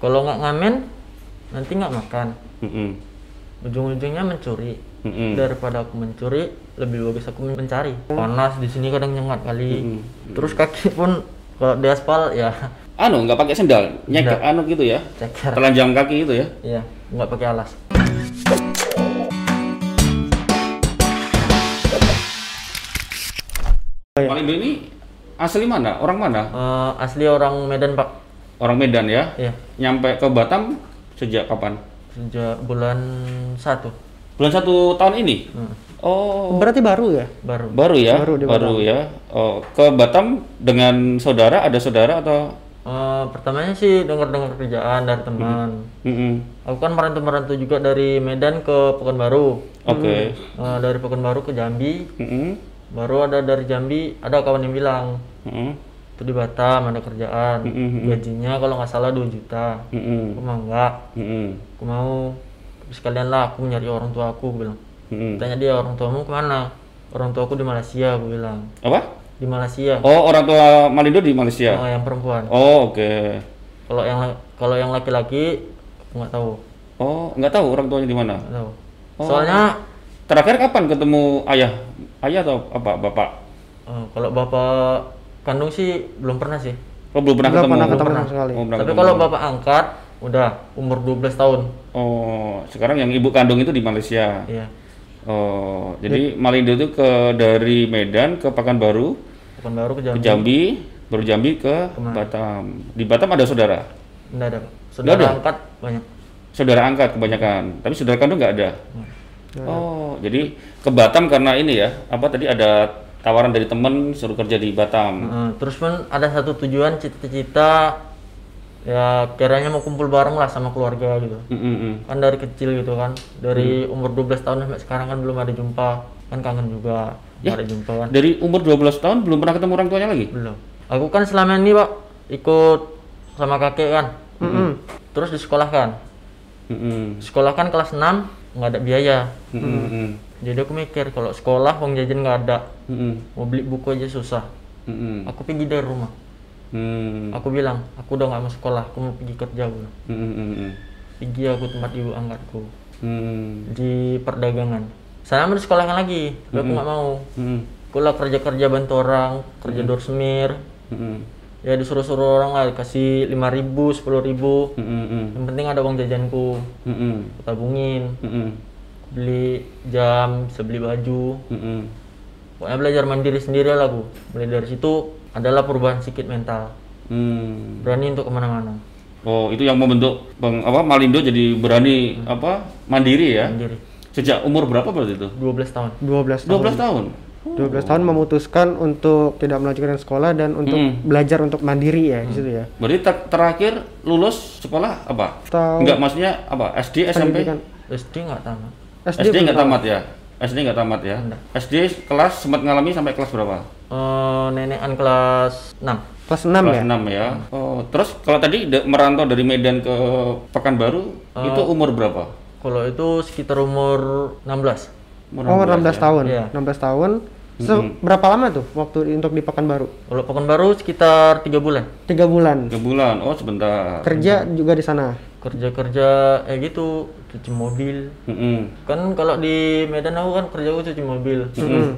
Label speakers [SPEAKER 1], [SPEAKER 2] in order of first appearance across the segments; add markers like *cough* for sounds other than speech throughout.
[SPEAKER 1] Kalau nggak ngamen, nanti nggak makan.
[SPEAKER 2] Mm-mm.
[SPEAKER 1] Ujung-ujungnya mencuri.
[SPEAKER 2] Mm-mm.
[SPEAKER 1] Daripada aku mencuri, lebih bagus aku men- mencari. Panas di sini kadang nyengat kali. Terus kaki pun kalau di aspal ya *laughs*
[SPEAKER 2] Anu nggak pakai sendal, nyek
[SPEAKER 1] Nggak.
[SPEAKER 2] anu gitu ya.
[SPEAKER 1] ceker.
[SPEAKER 2] Telanjang kaki itu ya.
[SPEAKER 1] Iya, nggak pakai alas.
[SPEAKER 2] Pak Indo ini asli mana? Orang mana?
[SPEAKER 1] Eh, asli orang Medan Pak.
[SPEAKER 2] Orang Medan ya.
[SPEAKER 1] Iya,
[SPEAKER 2] Nyampe ke Batam sejak kapan?
[SPEAKER 1] sejak bulan satu Hmm.
[SPEAKER 2] Bulan satu tahun ini. Oh,
[SPEAKER 3] Berarti baru ya?
[SPEAKER 1] baru.
[SPEAKER 2] baru ya.
[SPEAKER 3] Baru di
[SPEAKER 2] ya. Oh, ke Batam dengan saudara ada saudara atau?
[SPEAKER 1] Eh, pertamanya sih dengar-dengar kerjaan dari teman.
[SPEAKER 2] Mm-mm.
[SPEAKER 1] Aku kan merantau-merantau juga dari Medan ke Pekanbaru. Eh,
[SPEAKER 2] Oke.
[SPEAKER 1] dari Pekanbaru ke Jambi,
[SPEAKER 2] Mm-mm.
[SPEAKER 1] baru ada dari Jambi ada kawan yang bilang
[SPEAKER 2] Mm-mm.
[SPEAKER 1] itu di Batam ada kerjaan,
[SPEAKER 2] Mm, mm,
[SPEAKER 1] gajinya kalau nggak salah 2 juta.
[SPEAKER 2] Mm-mm.
[SPEAKER 1] Aku mau nggak,
[SPEAKER 2] Mm-mm.
[SPEAKER 1] aku mau sekalian lah aku nyari orang tua aku aku bilang.
[SPEAKER 2] Mm-mm.
[SPEAKER 1] Tanya dia orang tuamu kemana? Orang tuaku di Malaysia, aku bilang.
[SPEAKER 2] Apa?
[SPEAKER 1] Di Malaysia,
[SPEAKER 2] Oh, orang tua Malindo di Malaysia.
[SPEAKER 1] Oh, yang perempuan.
[SPEAKER 2] Oh, oke.
[SPEAKER 1] Kalau yang la- kalau yang laki-laki aku nggak tahu,
[SPEAKER 2] Oh, nggak tahu orang tuanya di mana.
[SPEAKER 1] nggak tahu.
[SPEAKER 2] Oh.
[SPEAKER 1] Soalnya
[SPEAKER 2] Terakhir kapan ketemu ayah? Ayah atau apa? Bapak?
[SPEAKER 1] Eh, kalau bapak kandung sih belum pernah sih.
[SPEAKER 2] Oh, belum pernah
[SPEAKER 3] Belum
[SPEAKER 2] ketemu.
[SPEAKER 3] pernah ketemu sekali.
[SPEAKER 2] Oh, belum pernah
[SPEAKER 1] Tapi
[SPEAKER 2] ketemu.
[SPEAKER 1] kalau bapak angkat udah umur 12 tahun.
[SPEAKER 2] Oh, sekarang yang ibu kandung itu di Malaysia.
[SPEAKER 1] Iya.
[SPEAKER 2] Oh, jadi
[SPEAKER 3] Iya.
[SPEAKER 2] Malindo itu ke dari Medan ke Pekanbaru,
[SPEAKER 1] Bukan baru ke
[SPEAKER 2] ke
[SPEAKER 3] Iya.
[SPEAKER 1] Jambi.
[SPEAKER 2] Jambi, baru Jambi ke Batam. Di Batam ada saudara,
[SPEAKER 1] Nggak ada, Pak. Saudara
[SPEAKER 2] ada?
[SPEAKER 1] angkat banyak.
[SPEAKER 2] saudara angkat kebanyakan, tapi saudara kandung nggak ada.
[SPEAKER 3] Iya.
[SPEAKER 2] Oh, jadi ke Batam karena ini ya, apa tadi ada tawaran dari teman suruh kerja di Batam.
[SPEAKER 1] Eh, terus pun ada satu tujuan cita-cita ya kiranya mau kumpul bareng lah sama keluarga gitu.
[SPEAKER 3] Iya.
[SPEAKER 2] Mm, mm, mm.
[SPEAKER 1] Kan dari kecil gitu kan. Dari umur 12 tahun sampai sekarang kan belum ada jumpa. Kan kangen juga. nggak Ada jumpa kan.
[SPEAKER 2] Dari umur 12 tahun belum pernah ketemu orang tuanya lagi?
[SPEAKER 1] Belum. Aku kan selama ini, Pak, ikut sama kakek kan. Terus disekolahkan.
[SPEAKER 2] Mm-mm.
[SPEAKER 1] Sekolahkan kan kelas 6 nggak ada biaya.
[SPEAKER 2] Mm-mm, mm-mm.
[SPEAKER 1] Jadi aku mikir kalau sekolah uang jajan nggak ada,
[SPEAKER 2] Mm-mm,
[SPEAKER 1] mau beli buku aja susah.
[SPEAKER 2] mm-mm.
[SPEAKER 1] Aku pergi dari rumah.
[SPEAKER 2] Mm,
[SPEAKER 1] Hmm. Aku bilang, aku udah nggak mau sekolah, aku mau pergi kerja. Aku bilang.
[SPEAKER 2] mm, mm, mm.
[SPEAKER 1] Pergi aku tempat ibu angkatku
[SPEAKER 2] Mm,
[SPEAKER 1] di perdagangan. Sana mau disekolahkan lagi, tapi aku nggak mau.
[SPEAKER 2] mm,
[SPEAKER 1] Aku lah kerja-kerja bantu orang, kerja door smear.
[SPEAKER 2] mm,
[SPEAKER 1] Ya disuruh-suruh orang lah, kasih 5 ribu, 10 ribu.
[SPEAKER 2] mm, mm, mm.
[SPEAKER 1] Yang penting ada uang jajanku,
[SPEAKER 2] Mm-mm,
[SPEAKER 1] aku tabungin,
[SPEAKER 2] mm-mm,
[SPEAKER 1] beli jam, bisa beli baju.
[SPEAKER 2] mm-mm.
[SPEAKER 1] Pokoknya belajar mandiri sendiri lah aku. Mulai dari situ adalah perubahan sedikit mental.
[SPEAKER 2] Mm.
[SPEAKER 1] Berani untuk kemana-mana,
[SPEAKER 2] Oh, itu yang membentuk Bang apa Malindo jadi berani apa mandiri ya.
[SPEAKER 1] mandiri.
[SPEAKER 2] Sejak umur berapa berarti itu?
[SPEAKER 1] 12 tahun.
[SPEAKER 3] 12 tahun.
[SPEAKER 2] 12 tahun.
[SPEAKER 3] 12 tahun memutuskan untuk tidak melanjutkan sekolah dan untuk belajar untuk mandiri ya di situ ya.
[SPEAKER 2] Berarti ter- terakhir lulus sekolah apa?
[SPEAKER 3] Tahu
[SPEAKER 2] Enggak maksudnya apa? SD, SMP?
[SPEAKER 3] pendidikan
[SPEAKER 1] SD nggak tamat.
[SPEAKER 3] SD,
[SPEAKER 2] SD nggak tamat ya? SD nggak tamat ya? SD kelas sempat ngalami sampai kelas berapa?
[SPEAKER 1] Eh, nenekan kelas 6.
[SPEAKER 3] kelas 6
[SPEAKER 2] Kelas
[SPEAKER 3] ya.
[SPEAKER 2] 6 ya. Oh, terus kalau tadi de- merantau dari Medan ke Pekanbaru
[SPEAKER 3] Eh.
[SPEAKER 2] itu umur berapa?
[SPEAKER 1] Kalau itu sekitar umur 16.
[SPEAKER 2] Umur
[SPEAKER 3] Oh, 16 tahun.
[SPEAKER 1] Iya.
[SPEAKER 3] 16 tahun. So, berapa lama tuh waktu untuk di Pekanbaru?
[SPEAKER 1] Kalau Pekanbaru sekitar 3 bulan.
[SPEAKER 3] 3 bulan.
[SPEAKER 2] 3 bulan. Oh, sebentar.
[SPEAKER 3] Kerja juga di sana.
[SPEAKER 1] Kerja-kerja ya gitu, cuci mobil.
[SPEAKER 2] Mm-mm.
[SPEAKER 1] Kan kalau di Medan aku kan kerja aku cuci mobil.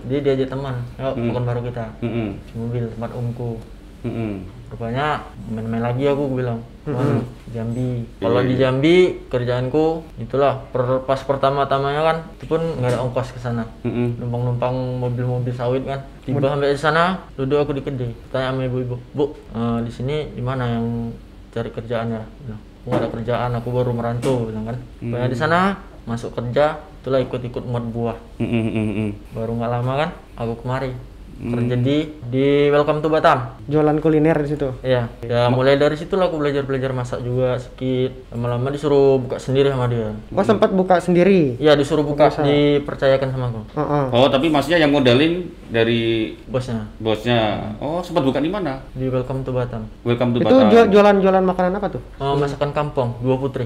[SPEAKER 1] Jadi diajak teman, yuk Pekanbaru kita.
[SPEAKER 2] Mm-mm.
[SPEAKER 1] Cuci mobil tempat omku.
[SPEAKER 2] Mm-mm.
[SPEAKER 1] rupanya main-main lagi aku gua bilang "Mana? Jambi kalau di Jambi kerjaanku itulah per- pas pertama-tamanya kan itu pun nggak ada ongkos ke sana
[SPEAKER 2] Mm-mm.
[SPEAKER 1] numpang-numpang mobil-mobil sawit kan tiba sampai di sana duduk aku di kedai tanya sama ibu-ibu bu eh, di sini di mana yang cari kerjaan ya bilang, aku nggak ada kerjaan aku baru merantau bilang kan Rupanya di sana masuk kerja itulah ikut-ikut muat buah
[SPEAKER 2] Mm-mm, mm-mm.
[SPEAKER 1] baru nggak lama kan aku kemari kerja di di Welcome to Batam
[SPEAKER 3] Jualan kuliner di situ.
[SPEAKER 1] Iya, ya mulai dari situlah aku belajar-belajar masak juga sedikit. Lama-lama disuruh buka sendiri sama dia.
[SPEAKER 3] Oh, sempat buka sendiri.
[SPEAKER 1] Iya, disuruh buka, dipercayakan sama aku.
[SPEAKER 3] Heeh.
[SPEAKER 2] Oh, tapi maksudnya yang modalin dari
[SPEAKER 1] Bosnya
[SPEAKER 2] bosnya. Oh, sempat bukan di mana?
[SPEAKER 1] di Welcome to Batam.
[SPEAKER 2] Welcome to
[SPEAKER 3] Itu
[SPEAKER 2] Batam.
[SPEAKER 3] jual- jualan-jualan makanan apa tuh?
[SPEAKER 1] Eh, masakan kampung, dua putri.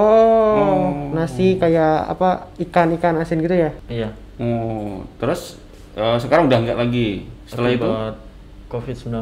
[SPEAKER 3] Oh, nasi kayak apa ikan-ikan asin gitu ya?
[SPEAKER 1] Iya.
[SPEAKER 2] Oh, terus eh, sekarang udah nggak lagi. Setelah itu
[SPEAKER 1] Buat COVID-19.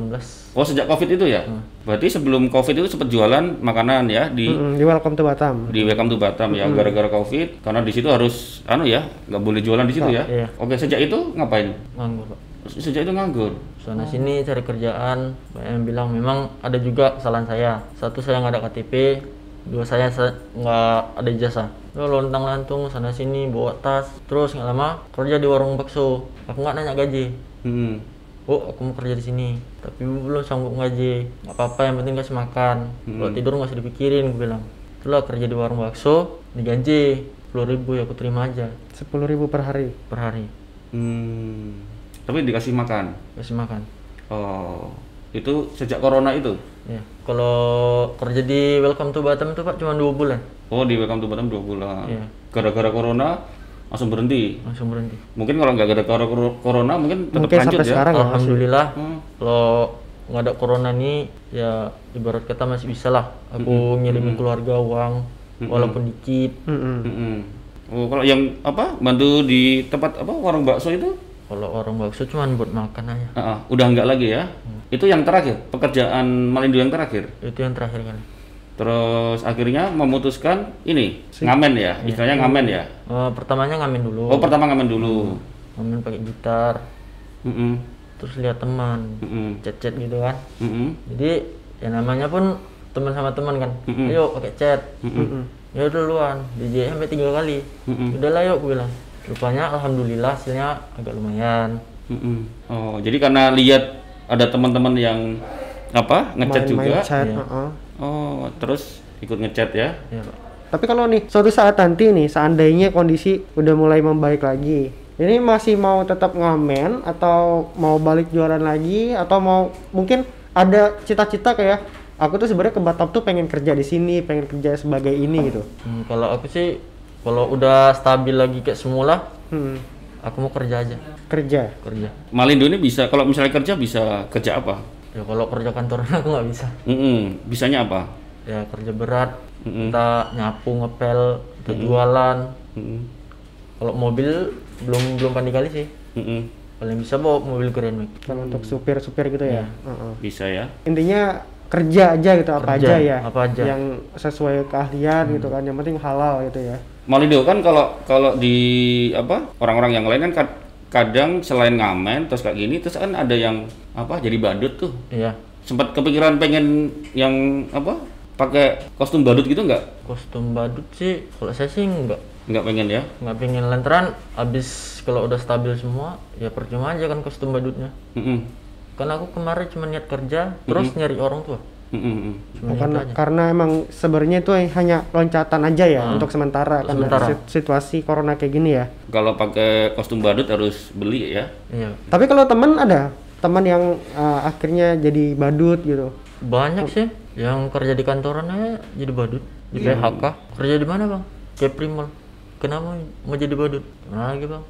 [SPEAKER 2] Oh sejak covid itu ya?
[SPEAKER 3] Hmm.
[SPEAKER 2] Berarti sebelum covid itu sempat jualan makanan ya di
[SPEAKER 3] Mm-mm, di Welcome to Batam.
[SPEAKER 2] di Welcome to Batam ya gara-gara covid karena di situ harus anu ya nggak boleh jualan di situ ya.
[SPEAKER 1] Iya.
[SPEAKER 2] Oke sejak itu ngapain?
[SPEAKER 1] Nganggur, Pak.
[SPEAKER 2] Sejak itu nganggur.
[SPEAKER 1] Sana sini cari kerjaan, banyak yang bilang memang ada juga kesalahan saya. Satu saya nggak ada KTP, dua saya sa- nggak ada ijazah. Lo lontang lantung sana sini bawa tas, terus nggak lama kerja di warung bakso. Aku nggak nanya gaji.
[SPEAKER 2] Hmm.
[SPEAKER 1] Bu, aku mau kerja di sini, tapi ibu belum sanggup ngaji. Gak apa-apa, yang penting kasih makan. Kalau tidur nggak usah dipikirin, gue bilang. Itulah kerja di warung bakso, digaji puluh ribu ya aku terima aja
[SPEAKER 3] Sepuluh ribu per hari.
[SPEAKER 1] per hari
[SPEAKER 2] Hmm. Tapi dikasih makan.
[SPEAKER 1] kasih makan.
[SPEAKER 2] Oh. Itu sejak corona itu.
[SPEAKER 1] Ya, kalau kerja di Welcome to Batam itu Pak cuma dua bulan
[SPEAKER 2] Oh di Welcome to Batam dua bulan.
[SPEAKER 1] Iya.
[SPEAKER 2] Gara-gara corona langsung berhenti.
[SPEAKER 1] langsung berhenti.
[SPEAKER 2] Mungkin kalau nggak gara-gara kor- corona mungkin tetap
[SPEAKER 3] Mungkin
[SPEAKER 2] lanjut
[SPEAKER 3] sampai
[SPEAKER 2] ya.
[SPEAKER 3] sekarang ya.
[SPEAKER 1] Alhamdulillah
[SPEAKER 2] Hmm.
[SPEAKER 1] kalau nggak ada corona nih ya ibarat kata masih bisa lah aku ngirimin keluarga uang walaupun dikit.
[SPEAKER 3] Mm-mm.
[SPEAKER 2] Mm-mm. Oh, kalau yang apa bantu di tempat apa warung bakso itu
[SPEAKER 1] Kalau orang bakso cuma buat makan aja.
[SPEAKER 2] Ah, ah, udah nggak lagi ya. Itu yang terakhir pekerjaan Malindo yang terakhir.
[SPEAKER 1] Itu yang terakhir kali.
[SPEAKER 2] Terus akhirnya memutuskan ini ngamen ya,
[SPEAKER 3] Iya.
[SPEAKER 2] istilahnya ngamen ya.
[SPEAKER 1] Eh, pertamanya ngamen dulu,
[SPEAKER 2] Oh pertama ngamen dulu.
[SPEAKER 1] ngamen pakai gitar,
[SPEAKER 2] Mm-mm.
[SPEAKER 1] terus lihat teman,
[SPEAKER 2] Mm-mm.
[SPEAKER 1] chat-chat gitu kan.
[SPEAKER 2] Mm-mm.
[SPEAKER 1] Jadi ya namanya pun teman sama teman kan,
[SPEAKER 2] Mm-mm.
[SPEAKER 1] ayo pakai chat.
[SPEAKER 2] Mm-mm.
[SPEAKER 1] Ya udah duluan, DJ sampai tiga kali.
[SPEAKER 2] Mm-mm.
[SPEAKER 1] Udahlah yuk gue bilang. Rupanya alhamdulillah hasilnya agak lumayan.
[SPEAKER 2] Mm-mm. Oh jadi karena lihat ada teman-teman yang apa ngechat juga.
[SPEAKER 3] Main-main chat. uh-uh.
[SPEAKER 2] Oh terus ikut ngechat ya.
[SPEAKER 1] Ya Pak.
[SPEAKER 3] Tapi kalau nih suatu saat nanti nih seandainya kondisi udah mulai membaik lagi, ini masih mau tetap ngamen atau mau balik jualan lagi atau mau mungkin ada cita-cita kayak aku tuh sebenarnya ke Batam tuh pengen kerja di sini, pengen kerja sebagai ini gitu.
[SPEAKER 1] Hmm, kalau aku sih kalau udah stabil lagi kayak semula,
[SPEAKER 3] Hmm,
[SPEAKER 1] aku mau kerja aja,
[SPEAKER 3] kerja.
[SPEAKER 1] kerja.
[SPEAKER 2] Malindo ini bisa kalau misalnya kerja bisa kerja apa?
[SPEAKER 1] Ya kalau kerja kantoran *laughs* aku nggak bisa.
[SPEAKER 2] Mm-mm. Bisanya apa?
[SPEAKER 1] Ya kerja berat,
[SPEAKER 2] Mm-mm.
[SPEAKER 1] entah nyapu, ngepel, entah jualan.
[SPEAKER 2] Mm-mm.
[SPEAKER 1] Kalau mobil belum belum pandai kali sih.
[SPEAKER 2] Mm-mm.
[SPEAKER 1] Paling bisa bawa mobil keren Mik.
[SPEAKER 3] Kalau untuk supir-supir gitu ya. Uh-uh.
[SPEAKER 2] Bisa ya.
[SPEAKER 3] Intinya kerja aja gitu apa
[SPEAKER 1] Kerja,
[SPEAKER 3] aja ya.
[SPEAKER 1] apa aja.
[SPEAKER 3] Yang sesuai keahlian gitu kan. Yang penting halal gitu ya.
[SPEAKER 2] Malindo kan kalau kalau di apa orang-orang yang lain kan kad- kadang selain ngamen terus kayak gini terus kan ada yang apa jadi badut tuh
[SPEAKER 1] Iya,
[SPEAKER 2] sempat kepikiran pengen yang apa pakai kostum badut gitu nggak
[SPEAKER 1] kostum badut sih kalau saya sih nggak
[SPEAKER 2] nggak pengen ya
[SPEAKER 1] nggak pengen lantaran abis kalau udah stabil semua ya percuma aja kan kostum badutnya
[SPEAKER 2] Mm-mm.
[SPEAKER 1] karena aku kemarin cuma niat kerja terus nyari orang tua
[SPEAKER 2] Mm-mm.
[SPEAKER 1] cuma
[SPEAKER 3] Bukan-
[SPEAKER 1] niat aja
[SPEAKER 3] karena emang sebenarnya itu hanya loncatan aja ya untuk sementara, karena
[SPEAKER 1] Sementara.
[SPEAKER 3] sit- situasi corona kayak gini ya.
[SPEAKER 2] kalau pakai kostum badut harus beli ya
[SPEAKER 1] iya
[SPEAKER 3] Tapi kalau teman ada teman yang uh, akhirnya jadi badut gitu.
[SPEAKER 1] banyak sih yang kerja di kantoran aja jadi badut di
[SPEAKER 2] Iya.
[SPEAKER 1] PHK kerja di mana bang Kepri Mall kenapa mau jadi badut mana lagi bang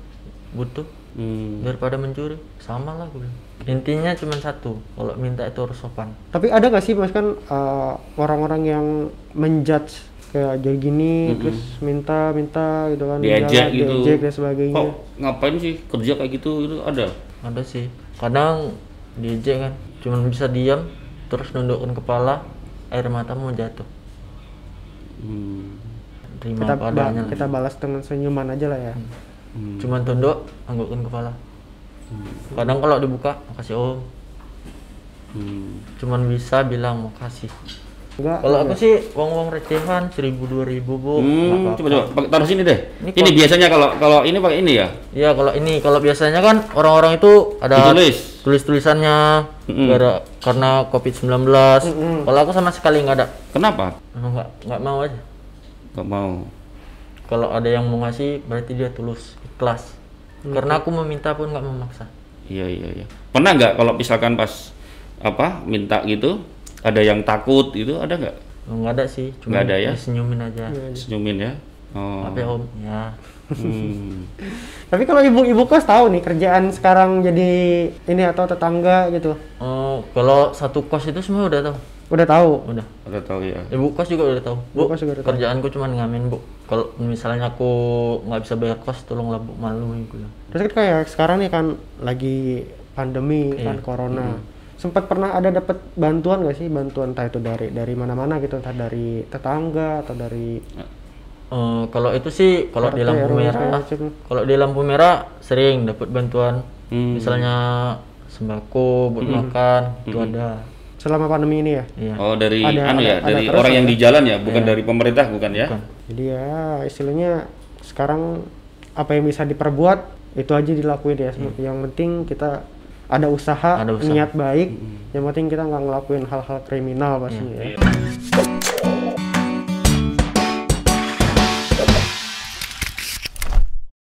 [SPEAKER 1] butuh
[SPEAKER 2] Hmm.
[SPEAKER 1] daripada mencuri sama lah gue bilang. intinya cuma satu kalau minta itu harus sopan
[SPEAKER 3] Tapi ada nggak sih mas kan uh, orang-orang yang menjudge kayak jadi gini terus minta minta gitu kan
[SPEAKER 2] diajak
[SPEAKER 3] jalan,
[SPEAKER 2] gitu
[SPEAKER 3] diejek dan sebagainya.
[SPEAKER 2] kok ngapain sih kerja kayak gitu itu ada
[SPEAKER 1] ada sih kadang DJ kan cuman bisa diam terus nundukkan kepala air mata mau jatuh
[SPEAKER 2] Hmm.
[SPEAKER 1] terima
[SPEAKER 3] Kita,
[SPEAKER 1] apa
[SPEAKER 3] ba-
[SPEAKER 1] adanya
[SPEAKER 3] kita balas dengan senyuman aja lah ya.
[SPEAKER 2] Hmm.
[SPEAKER 1] cuman tunduk anggukkan kepala kadang kalau dibuka makasih om
[SPEAKER 2] Hmm.
[SPEAKER 1] cuman bisa bilang makasih
[SPEAKER 3] Enggak.
[SPEAKER 1] kalau aku sih uang uang recehan seribu dua ribu bu Oh, nggak
[SPEAKER 2] Hmm,
[SPEAKER 1] apa-apa.
[SPEAKER 2] coba coba Pakai- taruh sini deh.
[SPEAKER 1] Ini
[SPEAKER 2] Ini, biasanya kalau kalau ini pakai ini ya.
[SPEAKER 1] Iya kalau ini kalau biasanya kan orang-orang itu ada
[SPEAKER 2] Ditulis. Hmm.
[SPEAKER 1] tulis tulisannya
[SPEAKER 2] Mm-mm.
[SPEAKER 1] gara- karena covid 19 kalau aku sama sekali nggak ada
[SPEAKER 2] Kenapa?
[SPEAKER 1] nggak nggak mau aja
[SPEAKER 2] Gak mau.
[SPEAKER 1] kalau ada yang mau ngasih berarti dia tulus ikhlas
[SPEAKER 3] Hmm.
[SPEAKER 1] karena aku meminta pun nggak memaksa
[SPEAKER 2] Iya iya iya. Pernah nggak kalau misalkan pas apa minta gitu ada yang takut itu ada nggak?
[SPEAKER 1] nggak ada sih cuma
[SPEAKER 2] Nggak ada ya?
[SPEAKER 1] disenyumin aja
[SPEAKER 3] Iya,
[SPEAKER 2] Senyumin ya. Oh.
[SPEAKER 1] apa ya om ya
[SPEAKER 2] Hmm.
[SPEAKER 3] Tapi kalau ibu-ibu kos tahu nih kerjaan sekarang jadi ini atau tetangga gitu.
[SPEAKER 1] Eh, kalau satu kos itu semua udah tahu
[SPEAKER 3] Udah tahu.
[SPEAKER 1] udah
[SPEAKER 2] Ada tahu ya.
[SPEAKER 1] ibu kos juga udah tahu bu
[SPEAKER 3] Ibu kos juga udah tahu.
[SPEAKER 1] kerjaanku cuma ngamen bu kalau misalnya aku nggak bisa bayar kos tolonglah bu ya. malu gue bilang. Hmm.
[SPEAKER 3] Terus kan kayak sekarang nih kan lagi pandemi kan corona. sempat pernah ada dapat bantuan gak sih bantuan entah itu dari dari mana-mana gitu entah dari tetangga atau dari
[SPEAKER 1] Eh, kalau itu sih kalau di
[SPEAKER 3] RT,
[SPEAKER 1] lampu
[SPEAKER 3] RW,
[SPEAKER 1] merah
[SPEAKER 3] macam.
[SPEAKER 1] kalau di lampu merah sering dapat bantuan
[SPEAKER 2] Hmm.
[SPEAKER 1] misalnya sembako
[SPEAKER 3] Hmm.
[SPEAKER 1] buat makan itu
[SPEAKER 2] Hmm.
[SPEAKER 1] ada
[SPEAKER 3] selama pandemi ini ya
[SPEAKER 1] iya
[SPEAKER 2] Oh dari
[SPEAKER 3] Ada-
[SPEAKER 2] anu ya,
[SPEAKER 3] ada- ada
[SPEAKER 2] dari
[SPEAKER 3] terus
[SPEAKER 2] orang
[SPEAKER 3] ya,
[SPEAKER 2] yang di jalan ya, bukan dari pemerintah bukan ya?
[SPEAKER 1] Bukan.
[SPEAKER 3] jadi ya istilahnya sekarang apa yang bisa diperbuat itu aja dilakuin ya yang penting kita ada usaha,
[SPEAKER 1] Hmm. Ada usaha. Hmm.
[SPEAKER 3] niat baik yang penting kita nggak ngelakuin hal-hal kriminal pastinya ya.
[SPEAKER 2] Iya.